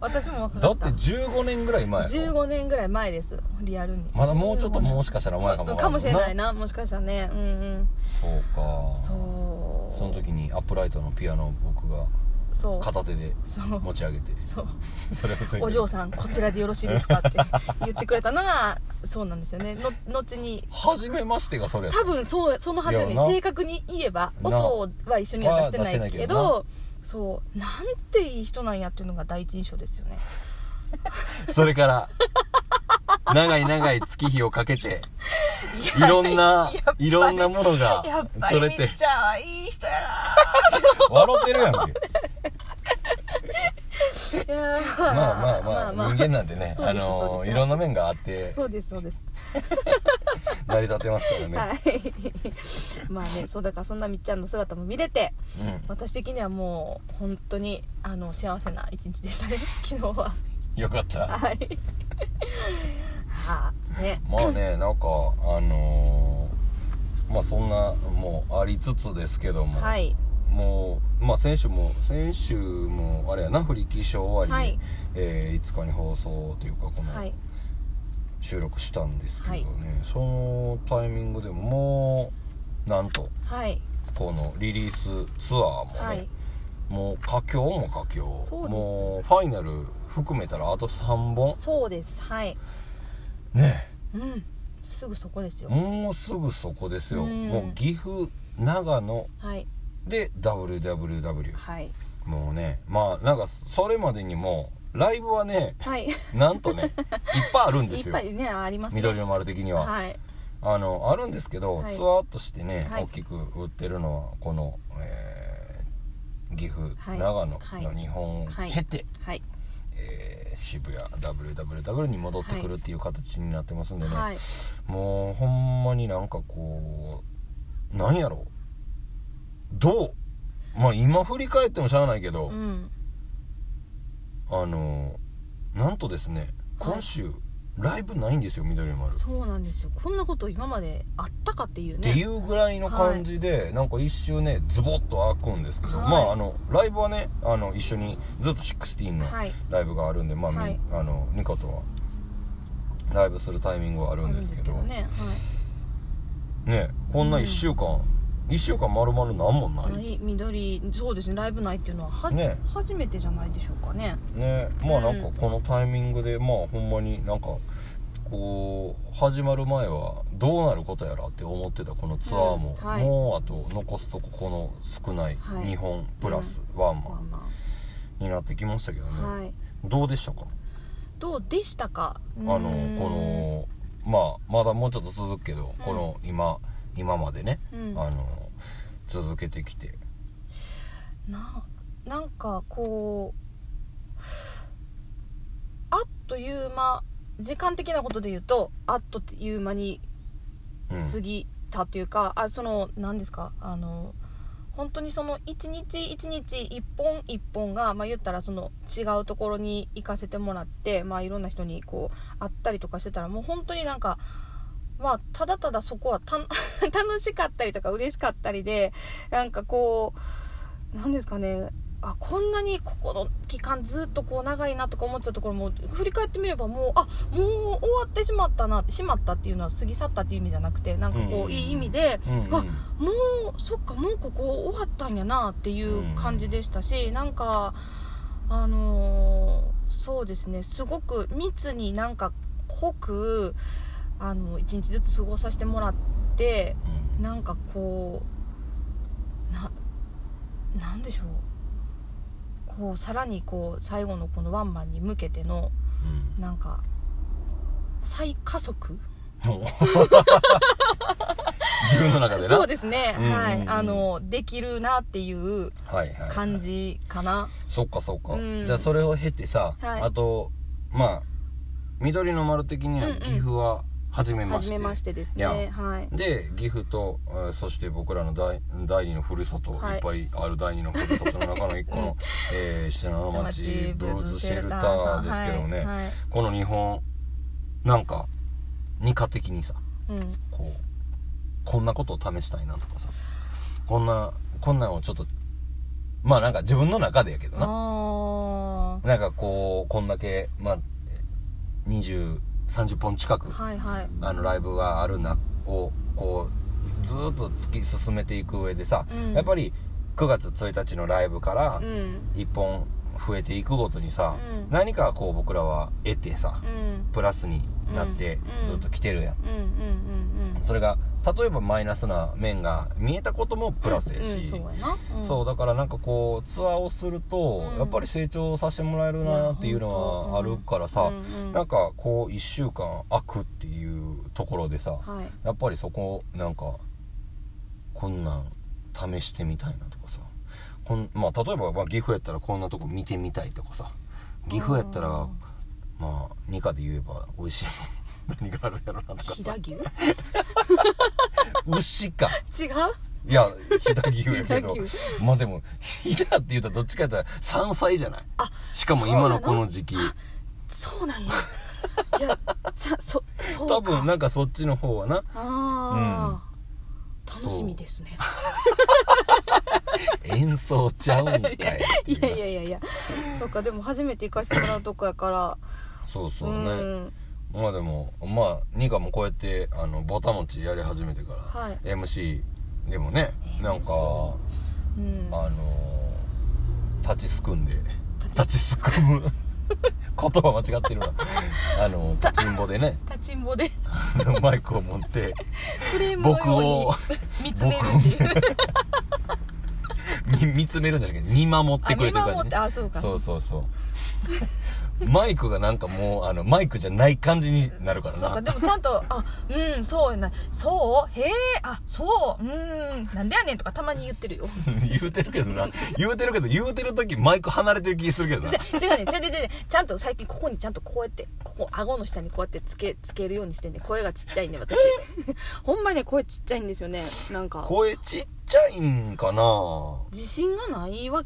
私も若かだっってた15年ぐらい前やろ15年ぐらい前ですリアルにまだもうちょっともしかしたら前かかももかもしれないなもしかしたらねうんうんそうかそうその時にアップライトのピアノを僕がそう片手でそう持ち上げてそうそれをすお嬢さんこちらでよろしいですかって言ってくれたのがそうなんですよねの後に初めましてがそれやった多分そうそのはずやねいやな正確に言えばな音は一緒には出してないけどそうなんていい人なんやっていうのが第一印象ですよねそれから、長い長い月日をかけて、 いろんな やっぱ、りいろんなものがやっぱり取みれって、ちゃんはいい人や笑ってるやんけ。ないやー まあまあまあ、人間なんでね、そうあですそうの、ですいろんな面があって、そうですそうです成り立ってますからはね。い まあねそうだからそんなみっちゃんの姿も見れてう私的にはもう本当にあの幸せな一日でしたね昨日はん。よかった。はい はあねまあね、なんか、あのー、まあそんな、もうありつつですけども、はいもう、まあ、先週も先週もあれやな「不力症終わり」はいえー5日に放送というかこのはい収録したんですけどね、そのタイミングでももうなんとはいこのリリースツアーもね、はいもう佳境も佳境そうですもうファイナル含めたらあと3本そうですはいねうんすぐそこですよもうすぐそこですよ、うんもう岐阜長野はいで WWW はいもうねまあなんかそれまでにもライブはね はいなん とねいっぱいあるんでいすっよぱいねありますね緑の丸的には、はいあのあるんですけど、はいツアーとしてね、はい大きく売ってるのはこの、えー岐阜、はい長野はいの日本をはい経て、はいえー渋谷 WWW に戻ってくるっていう形になってますんでね、はいもうほんまになんかこうなんやろうどうまあ今振り返ってもしゃあないけど、うんあのなんとですねはい今週、ライブないんですよ緑の丸そうなんですよこんなこと今まであったかっていうっねていうぐらいの感じで、なんか一周ねズボッと開くんですけど、はいまああのライブはねあの一緒にずっと16のはいライブがあるんで、まあ、みはいあのニコとはライブするタイミングはあるあんるでんすけですどけどねはいねこんな1週間、一1週間丸々なんもない、はい、緑そうですねライブないっていうのはは、ね初めてじゃないでしょうかねねまあなんうんかこのタイミングで、まあほんまになんかこう始まる前はどうなることやらって思ってたこのツアーも、うんはいもうあと残すとここの少ないはい2本プラスワンマン、まあまになってきましたけどあ、ね、はいどうでしたかどうでしたかああのこのまあまだもうちょっと続くけど、この今今までね、うんあの続けてきてななんかこうあっという間時間的なことで言うとあっという間にうん過ぎたというか、あその何ですかあの本当にその一日一日一本一本が、まあ、言ったらその違うところに行かせてもらって、まあ、いろんな人にこう会ったりとかしてたらもう本当になんか、まあ、ただただそこはた 楽しかったりとか嬉しかったりでなんかこう何ですかねあこんなにここの期間ずっとこう長いなとか思ってたところも振り返ってみればもうあもう終わってしまったなしまったっていうのは過ぎ去ったっていう意味じゃなくてなんかこうんういい意味でうんうんあもうそっかもうここ終わったんやなっていう感じでしたしなんかあのーそうですねすごく密になんか濃くあの一日ずつ過ごさせてもらってうんなんかこうななんでしょうこうさらにこう最後のこのワンマンに向けてのうんなんか再加速もう自分の中でなそうですね、うんうんうんはいあのできるなっていはういはい、はい、感じかな、そっかそっか、うんじゃあそれを経てさ、はいあとまあ緑の丸的にうんはうん岐阜は初めまし初て、めましてですいねやはいで岐阜とえーそして僕らの第第二のふるさと、はいい、っぱいある第二のふるさとの中の一個 の、えー信濃町ブーズシェルターですけどね、はいはいこの日本なんか二課的にさうんこうこんなことを試したいなとかさこんなこんなんをちょっとまあなんか自分の中でやけどなあなんかこうこんだけまあ2030本近くあはいはいあのライブがあるなをこうずーっと突き進めていく上でさ、うんやっぱり9月1日のライブからうん1本増えていくごとにさ、うん何かこう僕らは得てさうんプラスになってうんずっと来てるやん、うんうんうんうんそれが例えばマイナスな面が見えたこともプラスやし、うん、そうやな、うんそうだからなんかこうツアーをすると、うんやっぱり成長させてもらえるなっていうのいやはあ本当るからさ、うんうんなんかこう1週間空くっていうところでさ、はいやっぱりそこなんかこんなん試してみたいなとかさこん、まあ、例えば、まあ、岐阜やったらこんなとこ見てみたいとかさ岐阜やったらうんまあ二課で言えば美味しいもん 何があるやろなとか飛さ騨牛違う牛かいや飛騨牛やけど飛騨まあでも飛騨って言うたらどっちかやったら山菜じゃないあしかも今のこの時期そうな んやいやじゃそそうか多分なんかそっちの方は なああ、うん楽しみですね演奏ちゃうんかいって いうなやいやいやいやそうかでも初めて行かせてもらうとこやからそうそうね、んまあでもまあニカもこうやってあのボタ持ちやり始めてから、はい MC でもね MC なんか、うんあのー立ちすくんで立ち立ちすくむ 言葉間違ってる わあの立ちんぼでね立ちん ぼでマイクを持ってフレームのように見つめるっていうみ見つめるんじゃなくて見守ってくれてるあ見感守じ、っねて、あそうかそうそうそうマイクがなんかもうあのマイクじゃない感じになるからそうかなでもちゃんと「あうんそうやなそうへえあそううんなんでやねん」とかたまに言ってるよ 言うてるけどな言うてるけど言うてる時マイク離れてる気するけどなじゃ違うね違う違う違うちゃんと最近ここにちゃんとこうやってここ顎の下にこうやってつけつけるようにしてんね声がちっちゃい ね私ほんまにね声ちっちゃいんですよねなんか声ちっちゃいんかなど自信がないわ、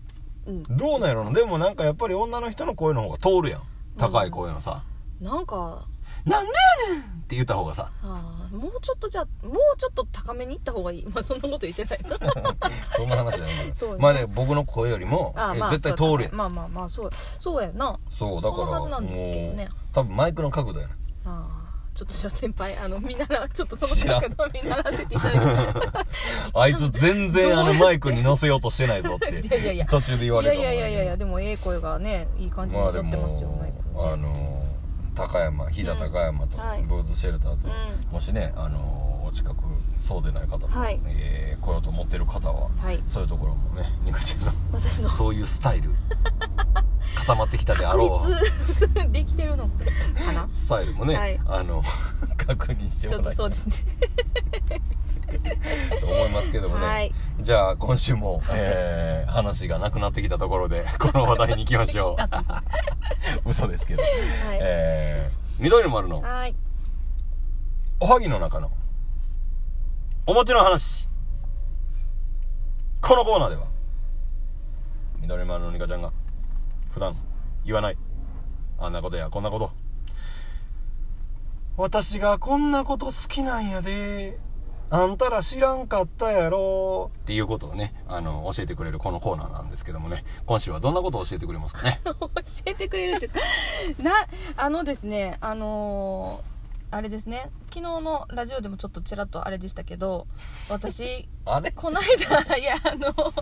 うん、うなんやろなでもなんかやっぱり女の人の声の方が通るやん高い声のさなんか「なんでやねん!」って言った方がさあーもうちょっとじゃあもうちょっと高めにいった方がいいまあそんなこと 言ってないなそんな話じゃないけ そうどねまあね僕の声よりもあーえまあ絶対通るやんそうだまあまあまあそうそうやよなそうだかそのはずらなんですけどねもう多分マイクの角度やなあーちょっとじゃあ先輩あの見習ちょっとその角度を見習わせていただいてあいつ全然あのマイクに乗せようとしてないぞっ いやいやいてや途中で 言わいれやるいやいやいやいやでもええ声がねいい感じにまなあっでてもますよ、マイクあの高山飛騨高山とうんはいブーツシェルターと、うもしねあのお近くそうでない方も、はいえー来ようと思ってる方は、はいそういうところもねニカちゃんの私のそういうスタイ ル固まってきたであろう確立できてるの かなスタイルもね、はいあの 確認してちょっもとらいたそういですねと思いますけどもね、はいじゃあ今週も、えー話がなくなってきたところでこの話題に行きまし ょう 嘘ですけど、はい、えー、緑の丸のはいおはぎの中のお餅の話このコーナーでは緑丸のニカちゃんが普段言わないあんなことやこんなこと私がこんなこと好きなんやであんたら知らんかったやろっていうことをねあの教えてくれるこのコーナーなんですけどもね今週はどんなことを教えてくれますかね 教えてくれるって なあのですねあのーあれですね昨日のラジオでもちょっとちらっとあれでしたけど 私あれこの間いやあの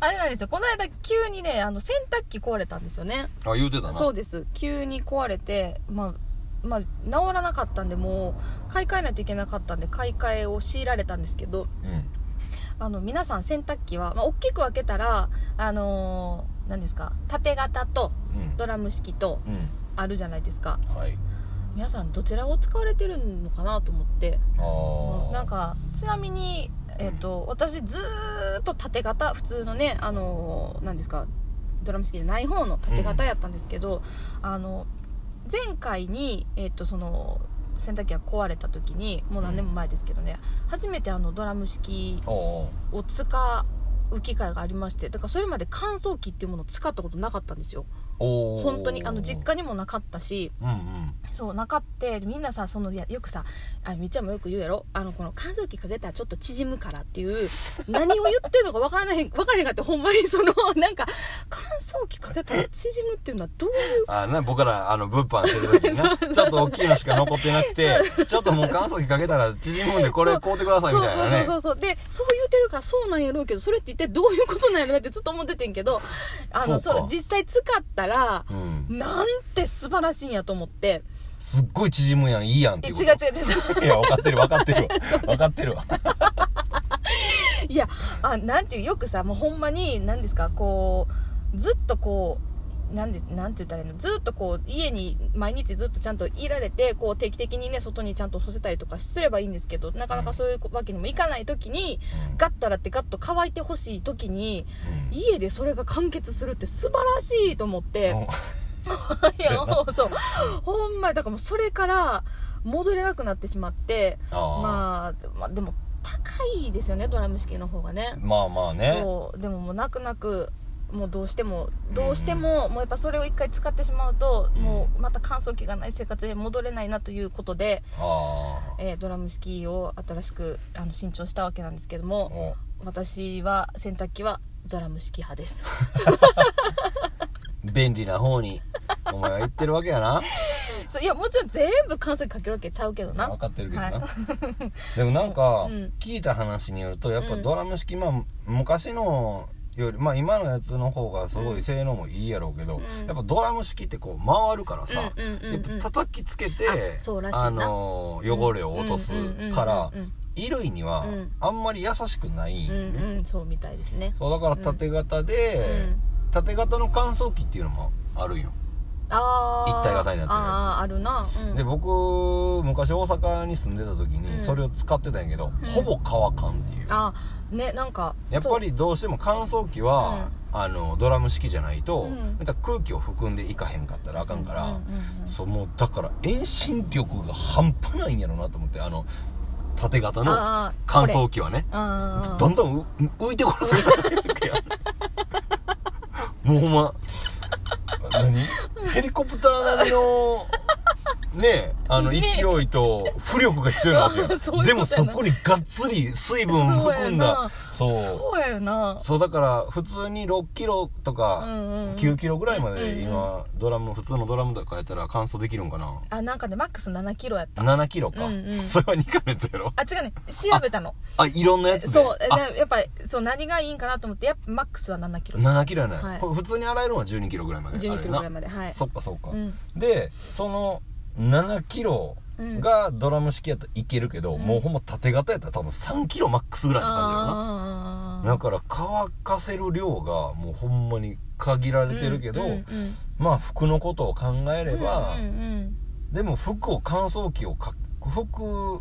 あれなんですよこの間急にねあの洗濯機壊れたんですよねあ言うてたなそうです急に壊れてまあまあ治らなかったんでもう買い替えないといけなかったんで買い替えを強いられたんですけうどんあの皆さん洗濯機は、まあ、大きく分けたらあのー何ですか縦型とドラム式とうんあるじゃないですかうんはい皆さんどちらを使われてるのかなと思ってあーなんかちなみに、えっと私ずーっと縦型普通のねあの何ですかドラム式じゃない方の縦型やったんですけど、あの前回に、えっとその洗濯機が壊れた時にもう何年も前ですけどね、初めてあのドラム式おおを使う機会がありましてだからそれまで乾燥機っていうものを使ったことなかったんですよおー本当にあの実家にもなかったしうんうんそうなかってみんなさそのいやよくさあみっちゃんもよく言うやろあのこの乾燥機かけたらちょっと縮むからっ ていう何を言ってるのか分からない分からへんかってほんまにその なんか乾燥機かけたら縮むっていうのはど ういうあな僕らあの物販して る時になちょっと大きいのしか残ってなくてちょっともう乾燥機かけたら縮むんでこれそう買うてくださいみたいなねそうそうそうそうでそう言うてるからそうなんやろうけどそれって一体どういうことなんやろなってずっと思っててんけどあのそうそかれ実際使ったから、うんなんて素晴らしいんやと思って。すっごい縮むやんいいやんっえ、て違いうう違こうと 違いや分かってる分かって るわ分かってるわう。い や、あ、なんていう、よくさ、もうほんまに、何ですか、こう、ずっとこう、なんで、なんて言ったらいいのずっとこう、家に毎日ずっとちゃんといられて、こう、定期的にね、外にちゃんと干せたりとかすればいいんですけど、なかなかそういうわけにもいかないときに、ガッと洗ってガッと乾いてほしいときに、うん家でそれが完結するって素晴らしいと思って、うん いやもうそうほんまにだからもうそれから戻れなくなってしまってあまあ、まあでも高いですよねドラム式の方がねあまあまあねそうでももう泣く泣くもうどうしてもどうしても、もうやっぱそれを一回使ってしまうと、うんもうまた乾燥機がない生活に戻れないなということで、あえードラム式を新しくあの新調したわけなんですけどあもお私は洗濯機はドラム式派です便利な方にお前は言ってるわけやなそういやもちろん全部乾燥機かけるわけちゃうけどな分かってるけどな、は でもなんかそううん聞いた話によるとやっぱうんドラム式、まあ昔のよりまあ今のやつの方がすごい性能もいいやろうけど、うんやっぱドラム式ってこう回るからさ、うんうんうんうんやっぱ叩きつけてあそうらしいなのー汚れを落とすからうん衣類にはうんあんまり優しくない、うんうんうんうんそうみたいですねそうだから縦型で、縦型の乾燥機っていうのもあるんよ、ああ一体型になってるやつあああるな、うん、で僕昔大阪に住んでた時うにんそれを使ってたんやけど、うんほぼ乾かんっていうあねなんかやっぱりどうしても乾燥機は、あのドラム式じゃないと、うんまた空気を含んでいかへんかったらあそかうんから、うんうんうんそうもうだから遠心力が半端ないんやろなと思ってあの縦型のあー乾燥機はねこれあーどんどんう浮いてこないもうほんま何ヘリコプター並みのねえあのねえ勢いと浮力が必要なわけあ そういうよことやなでもそこにがっつり水分を含んだそうそうやよなそうだから普通に6キロとかん9キロぐらいまうんうんで今ドラム普通のドラムとかやったら乾燥できるんかなあなんかねマックス7キロやった7キロか、うんうんそれは2ヶ月やろあ違うね調べたのあいろんなやつでそうあでやっぱりそう何がいいんかなと思ってやっぱマックスは7キロ7キロやない、はいこれ普通に洗えるのは12キロぐらいまで1 2キロぐらいまで、ではいそっかそっか、うんでその7キロがドラム式やったらいけるけど、うんもうほんま縦型やったら多分3キロマックスぐらいの感じやろなあだから乾かせる量がもうほんまに限られてるけど、うんうんうんまあ服のことを考えれば、うんうんうんでも服を乾燥機をか服を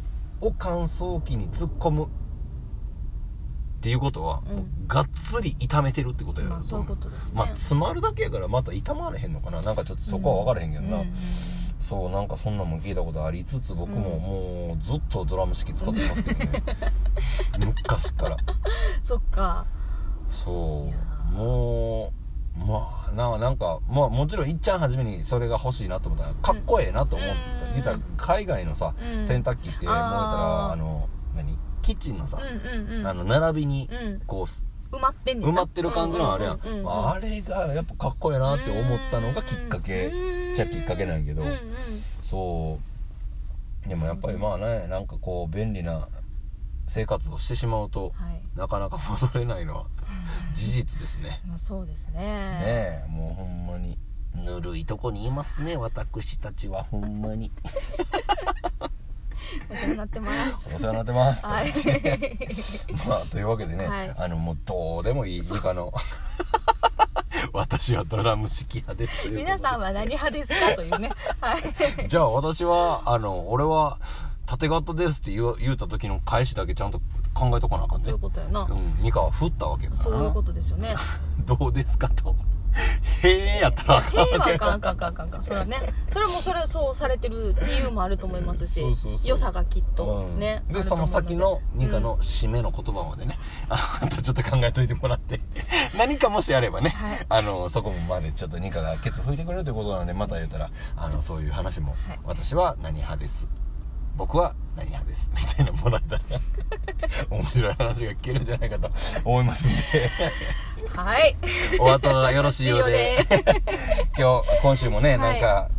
乾燥機に突っ込むっていうことは、うんもうがっつり炒めてるってことやろまあそういうことですねまあ詰まるだけやからまた痛まれへんのかななんかちょっとそこは分からへんけどな、ううんそうなんかそんなんも聞いたことありつつ僕もうんもうずっとドラム式使ってますけど ね昔からそっかそいやうもうまあなあなんかまあもちろんいっちゃん初めにそれが欲しいなと思ったらかっこええなと思っうんた、言うたら海外のさ、うん洗濯機ってもう言ったあーらあの何キッチンのさ、うんうんうんあの並びにうんこう埋まってんねんな埋まってる感じのあれやん,、ううううあれがやっぱかっこええなって思ったのがきっかけっちゃきっかけなんやけど、うんうんそうでもやっぱりまあねなんかこう便利な生活をしてしまうとはいなかなか戻れないのは事実ですねまあそうですねねえもうほんまにぬるいとこにいますね私たちはほんまにお世話になってますお世話になってます、はい まあというわけでね、はいあのもうどうでもいい時間 の私はドラム式派ですということで皆さんは何派ですかというねはい じゃあ私はあの俺は縦型ですって言う言うた時の返しだけちゃんと考えとかなあかんねそういうことやなうん、ミカは振ったわけやからそなういうことですよねどうですかと へえやったらあかん平和かんあかんあかんあかんあかんそれはねそれはもうそれはそうされてる理由もあると思いますしそうそうそう良さがきっとうんねあでるそと思のう先のでニカの締めの言葉までね、 あんたちょっと考えといてもらって 何かもしあればね、はいあのそこまでちょっとニカがケツ拭いてくれるということなのでまた言ったらあのそういう話も、はい私は何派です僕は何派です みたいなのもら ったら面白い話が聞けるんじゃないかと思いますんで うんはいお後がよろしいようでいいよ今日今週もね、はなんいか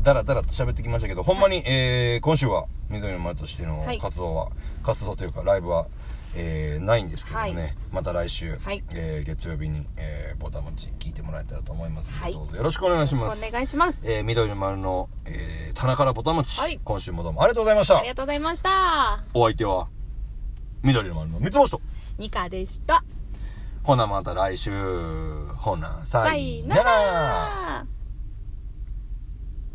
だらだらと喋ってきましたけどほんまに、えー今週は緑の丸としてのはい活動は、活動というかライブはえーないんですけどね、はいまた来週、はいえー月曜日に、えー、ボタン持ち聞いてもらえたらと思いますので、はいどうぞよろしくお願いしよろましすくお願いしますえー緑の丸の、えー、棚からボタン持ち、はい今週もどうもありがとうございましたありがとうございましたお相手は緑の丸の三つ星とニカでしたほなまた来週ほなささいいなならら